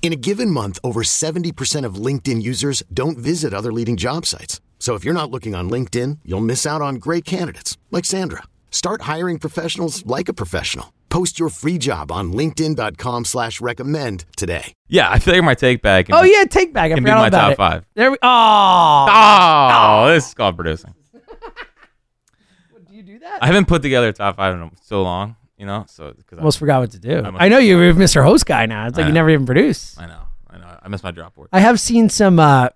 In a given month, over 70% of LinkedIn users don't visit other leading job sites. So if you're not looking on LinkedIn, you'll miss out on great candidates like Sandra. Start hiring professionals like a professional. Post your free job on LinkedIn.com slash recommend today. Yeah, I feel like my take back. can Oh be- yeah, take back. I can be forgot my about top it. five. There we. Oh, Oh, this is called producing. do you do that? I I haven't put together a top five in so long, you know. So because almost forgot what to do. I'm a- I know you are Mr. Host guy now. It's like I you know. never even produce. I know, I know, I missed my drop board. I have seen some. uh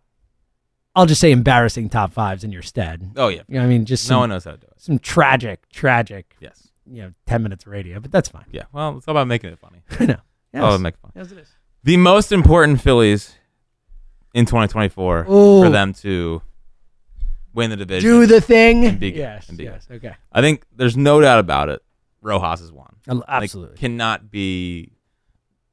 I'll just say embarrassing top fives in your stead. Oh yeah, You know, what I mean, just some, no one knows how to do it. some tragic, tragic. Yes, You know, ten minutes of radio, but that's fine. yeah. Well, it's all about making it funny. I know. Yes. Oh, make it funny. Yes, it is. The most important Phillies in 2024 for Ooh. them to win the division. Do the thing. And be good. yes. And be good. yes. Okay. I think there's no doubt about it. Rojas is one. Al- Like, Absolutely. cannot be.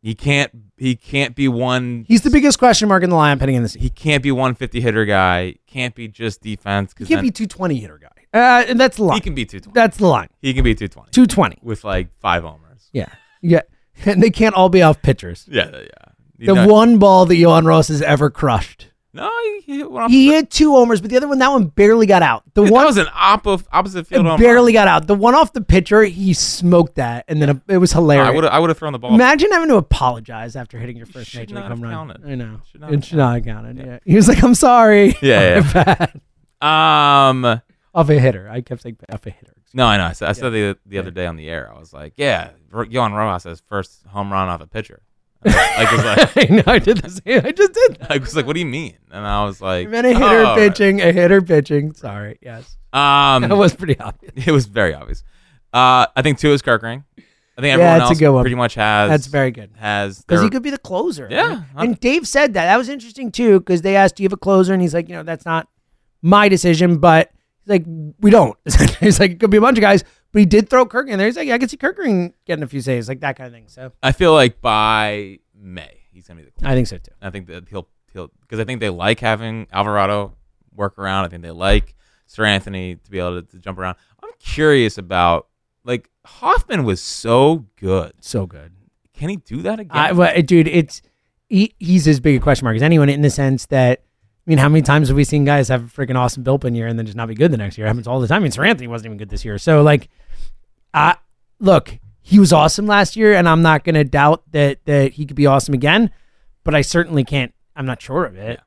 He can't. He can't be one. He's the biggest question mark in the lineup heading in this. He he can't be 150 hitter guy. Can't be just defense. 'cause can't then be two twenty hitter guy. Uh, and that's the line. He can be 220. that's the line. he can be 220 Two twenty. with like five homers. Yeah. Yeah. And they can't all be off pitchers. Yeah, yeah. You The know- one ball that Johan Ross has ever crushed. No, he, he went off. He hit two homers, but the other one, that one barely got out. The that one was an oppo- opposite it field home barely got out. The one off the pitcher, he smoked that, and then it was run. No, I hilarious. would I would have thrown the ball. Imagine having to apologize after hitting your first Should major not league home have run. counted. I know. Should not have It should not have counted. Yeah. He was like, "I'm sorry." Yeah, My bad. yeah. Um, Off a hitter. I kept saying off a hitter. no, I know. I said, I said the the other day on the air. I was like, yeah, Ro- Yohan Rojas has first home run off a pitcher. like, was like, I know. I did the same. I just did. That. I was like, what do you mean? And I was like, I meant a hitter oh, pitching. A hitter pitching. Sorry. Yes. Um, That was pretty obvious. It was very obvious. Uh, I think two is Kirkering. I think everyone that's a else good one. pretty much has. That's very good. Has Because he their- could be the closer. right? Yeah. And Dave said that. That was interesting too, because they asked, Do you have a closer? And he's like, you know, that's not my decision, but he's like, we don't. he's like, it could be a bunch of guys. But he did throw Kirk in there. He's like, yeah, I could see Kirkering getting a few saves, like that kind of thing. So I feel like by May he's gonna be the. I think so too. I think that he'll he'll because I think they like having Alvarado work around. I think they like Sir Anthony to be able to, to jump around. I'm curious about like Hoffman was so good. So good. Can he do that again? I, well, dude, it's he, he's as big a question mark as anyone in the sense that I mean, how many times have we seen guys have a freaking awesome build one year and then just not be good the next year? It happens all the time. I mean, Sir Anthony wasn't even good this year. So like, I look, he was awesome last year, and I'm not gonna doubt that that he could be awesome again. But I certainly can't. I'm not sure of it.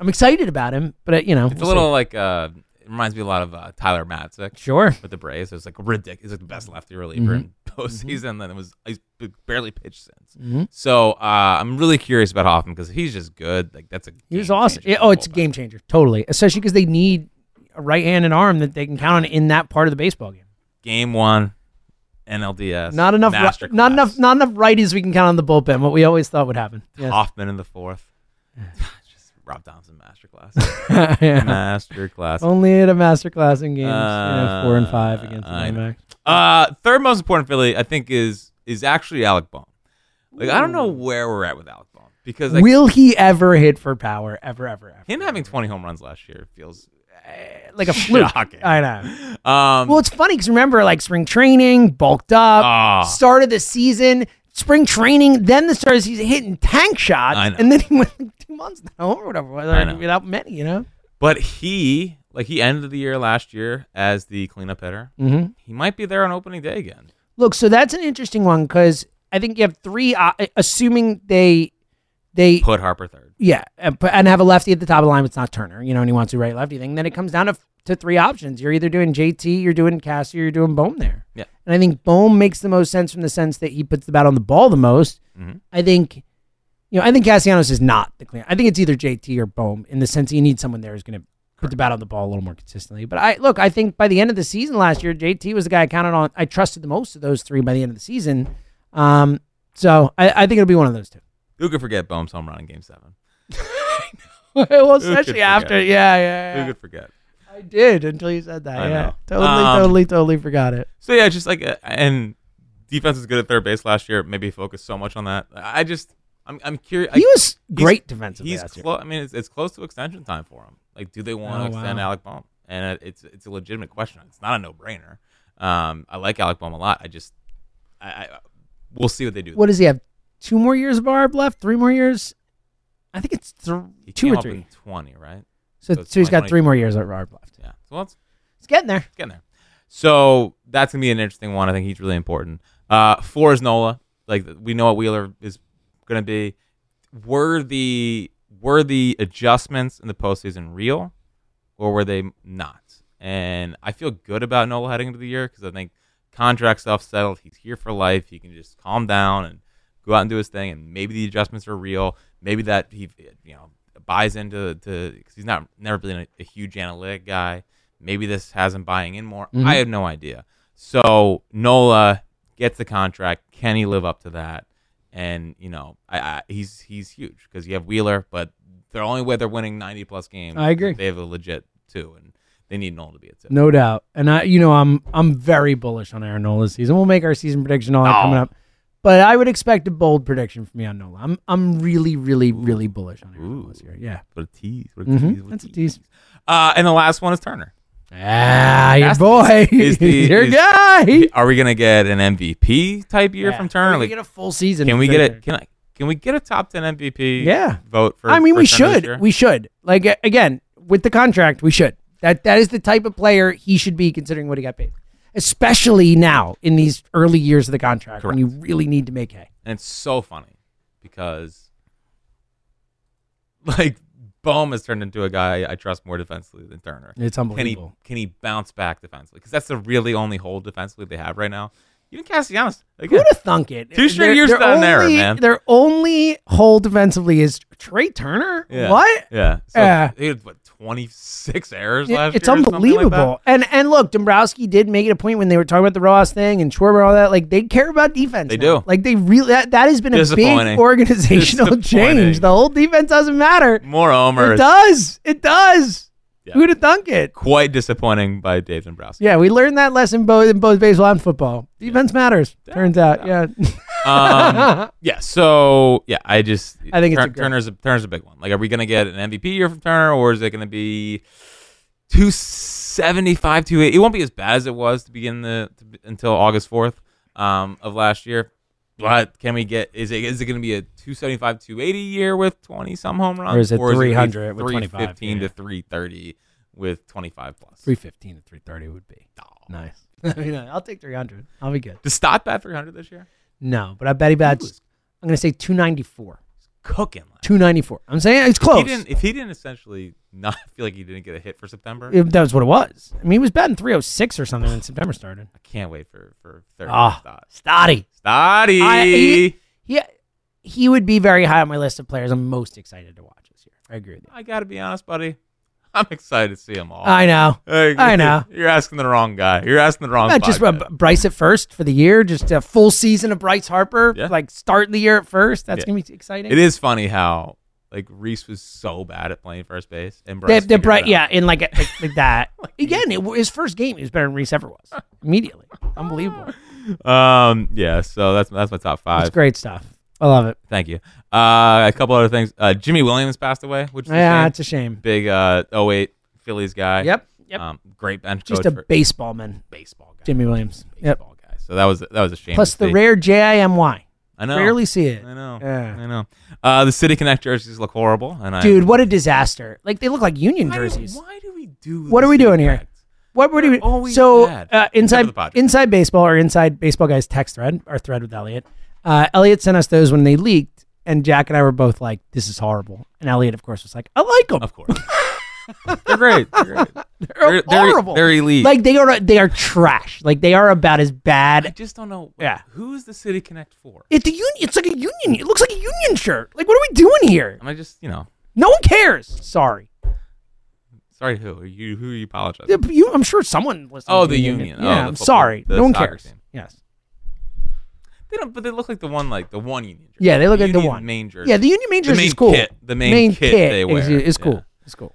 I'm excited about him, but uh, you know, it's a we'll little like uh, it reminds me a lot of uh, Tyler Matzik. see. sure. with the Braves. It was like ridiculous. He's like the best lefty reliever Mm-hmm. in postseason. Then it was he's b- barely pitched since. Mm-hmm. So uh, I'm really curious about Hoffman because he's just good. Like that's a He was game awesome. changer Yeah, for the oh, it's a bullpen. game changer, totally. Especially because they need a right hand and arm that they can count on in that part of the baseball game. Game one, NLDS. Not enough. Master ri- Not enough. Not enough righties we can count on the bullpen. What we always thought would happen. Yes. Hoffman in the fourth. just Rob Thompson masterclass. yeah. masterclass. Only at a masterclass in games, you know, four and Uh, five against the I know. Diamondbacks. Uh, third most important Philly, I think, is is actually Alec Bohm. Like I don't know where we're at with Alec Bohm because like Will he ever hit for power? Ever, ever, ever? him having 20 home runs last year feels like a fluke. Shocking. I know. um Well, it's funny because remember, like spring training, bulked up, Ah. start of the season, spring training, then the start of the season, hitting tank shots, I know. and then he went like two months now or whatever, whether I know. without many, you know. But he, like, he ended the year last year as the cleanup hitter. Mm-hmm. He might be there on opening day again. Look, so that's an interesting one because I think you have three. Uh, assuming they they Put Harper third. Yeah, and, but- and have a lefty at the top of the line. It's not Turner, you know, and he wants to right lefty thing. Then it comes down to, to three options. You're either doing JT, you're doing Cassie, or you're doing Bohm there. Yeah. and I think Bohm makes the most sense from the sense that he puts the bat on the ball the most. Mhm. I think, you know, I think Cassianos is not the clear. I think it's either JT or Bohm in the sense that you need someone there who's going to put the bat on the ball a little more consistently. But I look, I think by the end of the season last year, JT was the guy I counted on. I trusted the most of those three by the end of the season. Um, so I, I think it'll be one of those two. Who could forget Bohm's home run in Game Seven? well, could especially forget? after, yeah, yeah, yeah. Who could forget? I did until you said that. I yeah, know. totally, Um, totally, totally forgot it. So yeah, just like uh, and defense was good at third base last year. Maybe focus so much on that. I just I'm I'm curious. He was great defensively He's last year. close. I mean, it's, it's close to extension time for him. Like, do they want Oh, to extend wow. Alec Bohm? And it- it's it's a legitimate question. It's not a no brainer. Um, I like Alec Bohm a lot. I just I, I we'll see what they do. What does he have? Two more years of Barb left? Three more years? I think it's th- he two came or up in three. twenty, right? So, so it's so he's got 20. three more years of Barb left. Yeah. So let's It's getting there. getting there. So that's gonna be an interesting one. I think he's really important. Uh, four is Nola. Like we know what Wheeler is gonna be. Were the were the adjustments in the postseason real, or were they not? And I feel good about Nola heading into the year because I think contract stuff settled. He's here for life. He can just calm down and go out and do his thing. And maybe the adjustments are real. Maybe that he you know buys into to because he's not never been a, a huge analytic guy. Maybe this has him buying in more. Mhm. I have no idea. So Nola gets the contract. Can he live up to that? And you know, I, I he's he's huge because you have Wheeler, but the only way they're winning ninety plus games. I agree. They have a legit two, and they need Nola to be a two. No doubt. And I, you know, I'm I'm very bullish on Aaron Nola this season. We'll make our season prediction all that Oh. coming up. But I would expect a bold prediction from me on Nola. I'm I'm really, really, really bullish on Aaron Nola this Ooh. year. Yeah. What a tease! What a tease! Mm-hmm. What That's a tease. Uh, and the last one is Turner. Ah, your That's- boy. is the- your is- guy. Are we gonna get an MVP type year Yeah. from Turner? Can we Like, get a full season? can from we get Turner? it? Can I? Can we get a top ten MVP? Yeah. Vote for. I mean, for we Turner this year? should. We should. Like a- again, with the contract, we should. That that is the type of player he should be considering what he got paid, especially now in these early years of the contract when you really need to make hay. And it's so funny because, like, Bohm has turned into a guy I trust more defensively than Turner. It's unbelievable. Can he, can he bounce back defensively? Because that's the really only hole defensively they have right now. Even Castellanos. Again, Who'd have thunk it? Two straight Their- years their without an error, only- man. Their only hole defensively is Trey Turner. yeah. What? Yeah. So Yeah. He had, what, 26 errors It- last it's year? or something like that? unbelievable. and and look, Dombrowski did make it a point when they were talking about the Rojas thing and Schwarber and all that. Like they care about defense. They now. do. Like they really that, that has been a big Disappointing. organizational Disappointing. change. The whole defense doesn't matter. More It homers. does. It does. Yeah. Who'd have thunk it? Quite disappointing by Dave Dombrowski. Yeah, we learned that lesson both in both baseball and football. Defense matters. Turns out, yeah. Um, yeah. So yeah, I just I think it's Tur- a great- Turner's a, Turner's a big one. Like, are we gonna get an MVP year from Turner, or is it gonna be two seventy five, two eight? It won't be as bad as it was to begin the to, be- until August fourth um, of last year. But can we get is it is it gonna be a 275, 280 year with twenty some home runs, Or is it 300 with three 25, fifteen to yeah. three thirty with twenty five plus? Three fifteen to three thirty would be nice. I mean, uh, I'll take three hundred. I'll be good. Does Stott bat three hundred this year? No, but I bet he bats. I'm gonna say two ninety four. Cooking. Last Two ninety four. I'm saying it's If He close. didn't, if he didn't essentially not feel like he didn't get a hit for September, If that was what it was. I mean, he was batting 306 or something when September started. I can't wait for for third. Ah, Stott. Stoddy. Stotty. I- he, he, he would be very high on my list of players I'm most excited to watch this year. I agree with you. I gotta be honest, buddy. I'm excited to see them all. I know. Like, I know. You're asking the wrong guy. You're asking the wrong. Not just podcast. what, Bryce at first for the year, just a full season of Bryce Harper, Yeah. like start the year at first. That's Yeah. going to be exciting. It is funny how like Reese was so bad at playing first base and They, Bryce. they figured it bright, out. yeah, in like, a, like, like that. Again, it, his first game, he was better than Reese ever was. Immediately. Unbelievable. Um. Yeah. So that's that's my top five. It's great stuff. I love it. Thank you. Uh, a couple other things. Uh, Jimmy Williams passed away, which is a Yeah, shame. it's a shame. big uh 08 Phillies guy. Yep. Yep. Um, great bench just coach a for- baseball man, baseball guy. Jimmy Williams. Yep. Baseball guy. So that was that was a shame. Plus to the see. rare J-I-M-Y. I know. Rarely see it. I know. Yeah. I know. Uh, the City Connect jerseys look horrible, and I Dude, what a disaster. Like, they look like Union why, jerseys. Why do we do? What the are we City doing here? Connect? What were They're you always so bad. uh, Except inside for the Padres. inside baseball or inside baseball guys text thread our thread with Elliot? Uh, Elliot sent us those when they leaked, and Jack and I were both like, "This is horrible." And Elliot, of course, was like, "I like them. Of course. they're great. They're, great. They're, horrible. They're, elite. like they are. They are trash. Like they are about as I bad." just don't know. Yeah. Who is the City Connect for? It's a union. It's like a union. It looks like a union shirt. Like what are we doing here? Am I just, you know, No one cares. Sorry. sorry, who? Are you, who are you apologizing? The- you- I'm sure someone listening. Oh, to the union. Oh, Yeah, the I'm football- sorry. the no one soccer cares. team. Yes. They don't, but they look like the one, like the one union. jersey. Yeah, they look like the union one. main jersey. Yeah, the union main The jersey main is cool. kit- the main kit they is- wear. is, cool. Yeah. It's cool.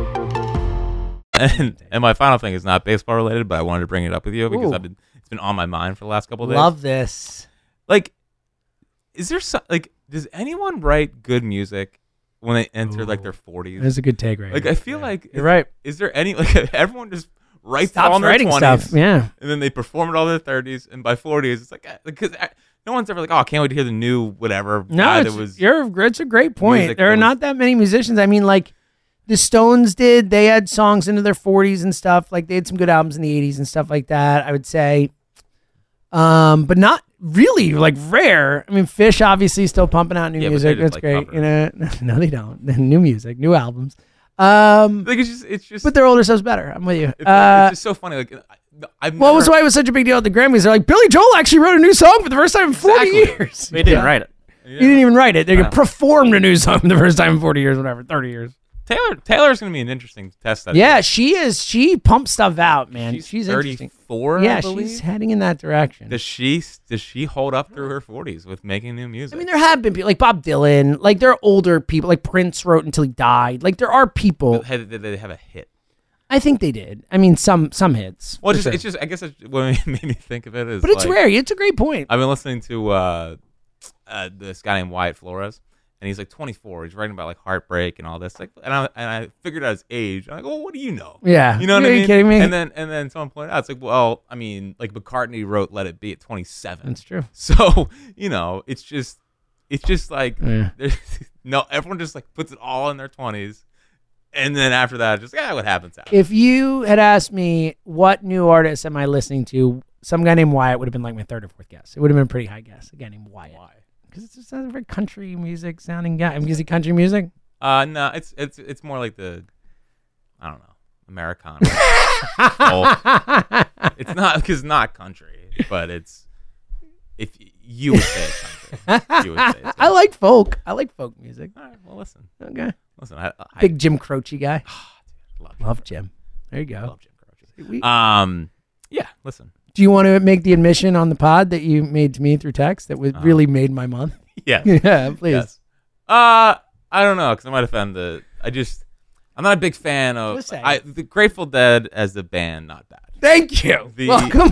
and, and my final thing is not baseball related, but I wanted to bring it up with you because Ooh. I've been it's been on my mind for the last couple of days. Love this. Like, is there some like does anyone write good music when they enter like their forties? That's a good take, right? Like I feel like You're right. Is there any like everyone just writes Stops all in their writing 20s, stuff. Yeah. and then they perform it all in their thirties, and by forties it's like because no one's ever like oh I can't wait to hear the new whatever. guy No, that it's, was you're, it's a great point. music There that are was- not that many musicians. I mean, like the Stones did. They had songs into their 40s and stuff. Like they had some good albums in the 80s and stuff like that. I would say, um, but not really like rare. I mean, Fish obviously still pumping out new Yeah, but they music. did, That's like, great. You know, no, they don't. new music, new albums. Um, like it's just it's just but their older stuff's better. I'm with you. it's, Uh, it's just so funny like I, I've well, never- was why it was such a big deal at the Grammys. They're like, Billy Joel actually wrote a new song for the first time in 40 Exactly. years. They didn't Yeah. Uh. write it. You didn't even write it. They performed a new song for the first time in 40 years, whatever, 30 years. Taylor Taylor's gonna be an interesting test. That Yeah, she is. She pumps stuff out, man. She's, she's, interesting. 34. I Yeah, believe. she's heading in that direction. Does she does she hold up through her 40s with making new music? I mean, there have been people like Bob Dylan, like there are older people, like Prince wrote until he died. Like there are people. Had- did they have a hit? I think they did. I mean, some some hits. Well, for just, sure. it's just I guess that's what made me think of it is. but it's like, rare. It's a great point. I've been listening to uh, uh, this guy named Wyatt Flores, and he's like 24. He's writing about like heartbreak and all this. Like, and I and I figured out his age. I'm like, well, what do you know? Yeah. you know what Are I you mean. kidding me? And then and then someone pointed out, it's like, well, I mean, like McCartney wrote "Let It Be" at 27. That's true. So you know, it's just, it's just like Yeah. there's no everyone just like puts it all in their twenties, and then after that, just yeah, what happens after? If you had asked me what new artist am I listening to, some guy named Wyatt would have been like my third or fourth guess. It would have been a pretty high guess. A guy named Wyatt. Why? Because it's just a very country music sounding guy. I mean, is he country music? Uh, no, it's it's it's more like the, I don't know, Americana. Folk. It's not because not country, but it's if you would say it's country, you would say it's I country. like folk. I like folk music. All right, well, listen, Okay. listen, I, I Big Jim Croce guy. love, Love Jim. There you go. love Jim Croce. We- Um, yeah, listen, Do you want to make the admission on the pod that you made to me through text that would really made my month? yeah. yeah, please. Uh-huh. Yes. Uh, I don't know because I might offend the. I just, I'm not a big fan of. Just saying. I the Grateful Dead as a band, not bad. Thank you. The- Welcome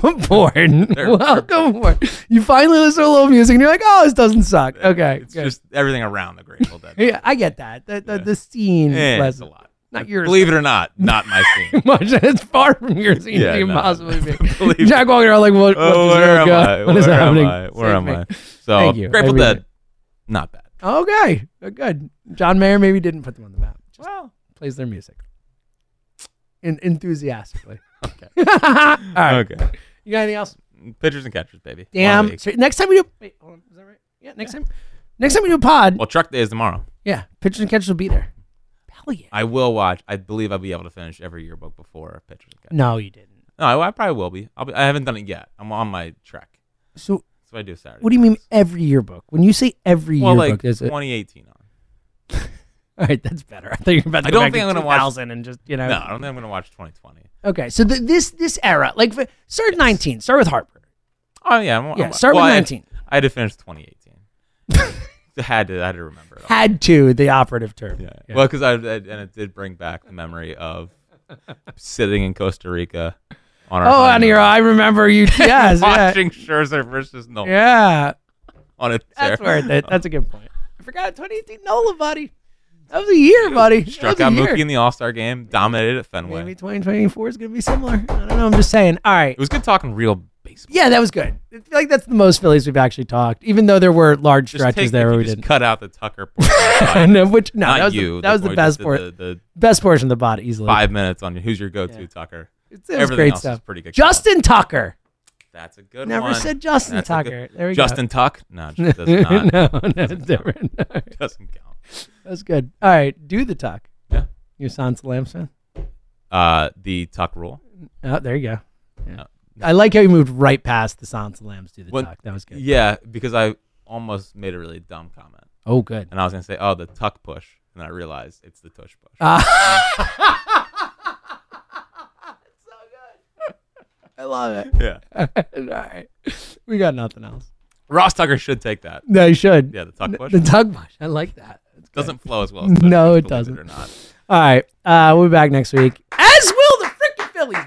aboard. They're- Welcome aboard. You finally listen to a little music and you're like, oh, this doesn't suck. Okay. it's good. just everything around the Grateful Dead. yeah, I get that. The, the, the scene. Eh, was- it's a lot. Not yours. Believe it or not, not my scene. much. It's far from your scene Yeah, as you can no, possibly believe be. it. Jack walking around like, what, what oh, does where Eric am got? I? What is where happening? am I? Where Save am me. I? So Thank you. I Grateful read Dead, not bad. Okay, Uh, good. John Mayer maybe didn't put them on the map. Just Well, plays their music en- enthusiastically. okay. All right. okay. You got anything else? Pitchers and catchers, baby. One Damn. week. So next time we do. Wait, hold on. Is that right? Yeah. Next time. Next time we do a pod. Well, truck day is tomorrow. Yeah. Pitchers and catchers will be there. Hell yeah. I will watch. I believe I'll be able to finish every yearbook before pitchers and catchers. No, you didn't. No, I, I probably will be. I'll be. I haven't done it yet. I'm on my track. So That's what I do Saturday. what do you mean mornings. every yearbook? When you say every Well, yearbook, like is it? 2018 on. All right, that's better. I thought you were about to I go don't back think to I'm gonna watch- 2000 and just you know. No, I don't think I'm gonna watch 2020. Okay, so th this this era, like for- start 19, start with Harper. Oh yeah, I'm, Yeah, I'm, start with I had- 19. I had to finish 2018. I had to. I had to remember it. All. Had to the operative term. Yeah. Well, because I, I and it did bring back the memory of sitting in Costa Rica on our oh, honeymoon, and here I remember you. Yes, yeah, watching Scherzer versus Nola yeah. on a That's tear. worth it. That's a good point. I forgot 2018 Nola, buddy. That was a year, buddy. That Struck was a out year. Mookie in the All Star game, dominated at Fenway. Maybe 2024 is gonna be similar. I don't know. I'm just saying. All right. It was good talking real baseball. Yeah, that was good. I feel like that's the most Phillies we've actually talked, even though there were large Just stretches take- there if where you we just didn't. cut out the Tucker portion. And, uh, which no, Not that was you. the, that was the we best just did portion. The, the best portion of the bot easily. five minutes on who's your go-to Yeah. Tucker. It was Everything great else is stuff. pretty good. Justin Tucker. That's a good Never one. said Justin That's a Tucker. There we go. Justin Tuck? No, it does not. no, no, it's different. Alright, doesn't count. That's good. All right, do the tuck. Yeah. You a Sans Lambs fan? Uh, the Tuck rule. Oh, there you go. Yeah. Oh. I like how you moved right past the Sans Lambs to the What- tuck. That was good. Yeah, because I almost made a really dumb comment. Oh, good. And I was going to say, oh, the tuck push. And I realized it's the tush push. Uh, I love it. yeah. All right, we got nothing else. Ross Tucker should take that. No, you should. Yeah, the tuck push. The tuck push. I like that. That's good. Doesn't flow as well as the No, tush, it believe doesn't. or not. All right, uh, we'll be back next week. As will the freaking Phillies,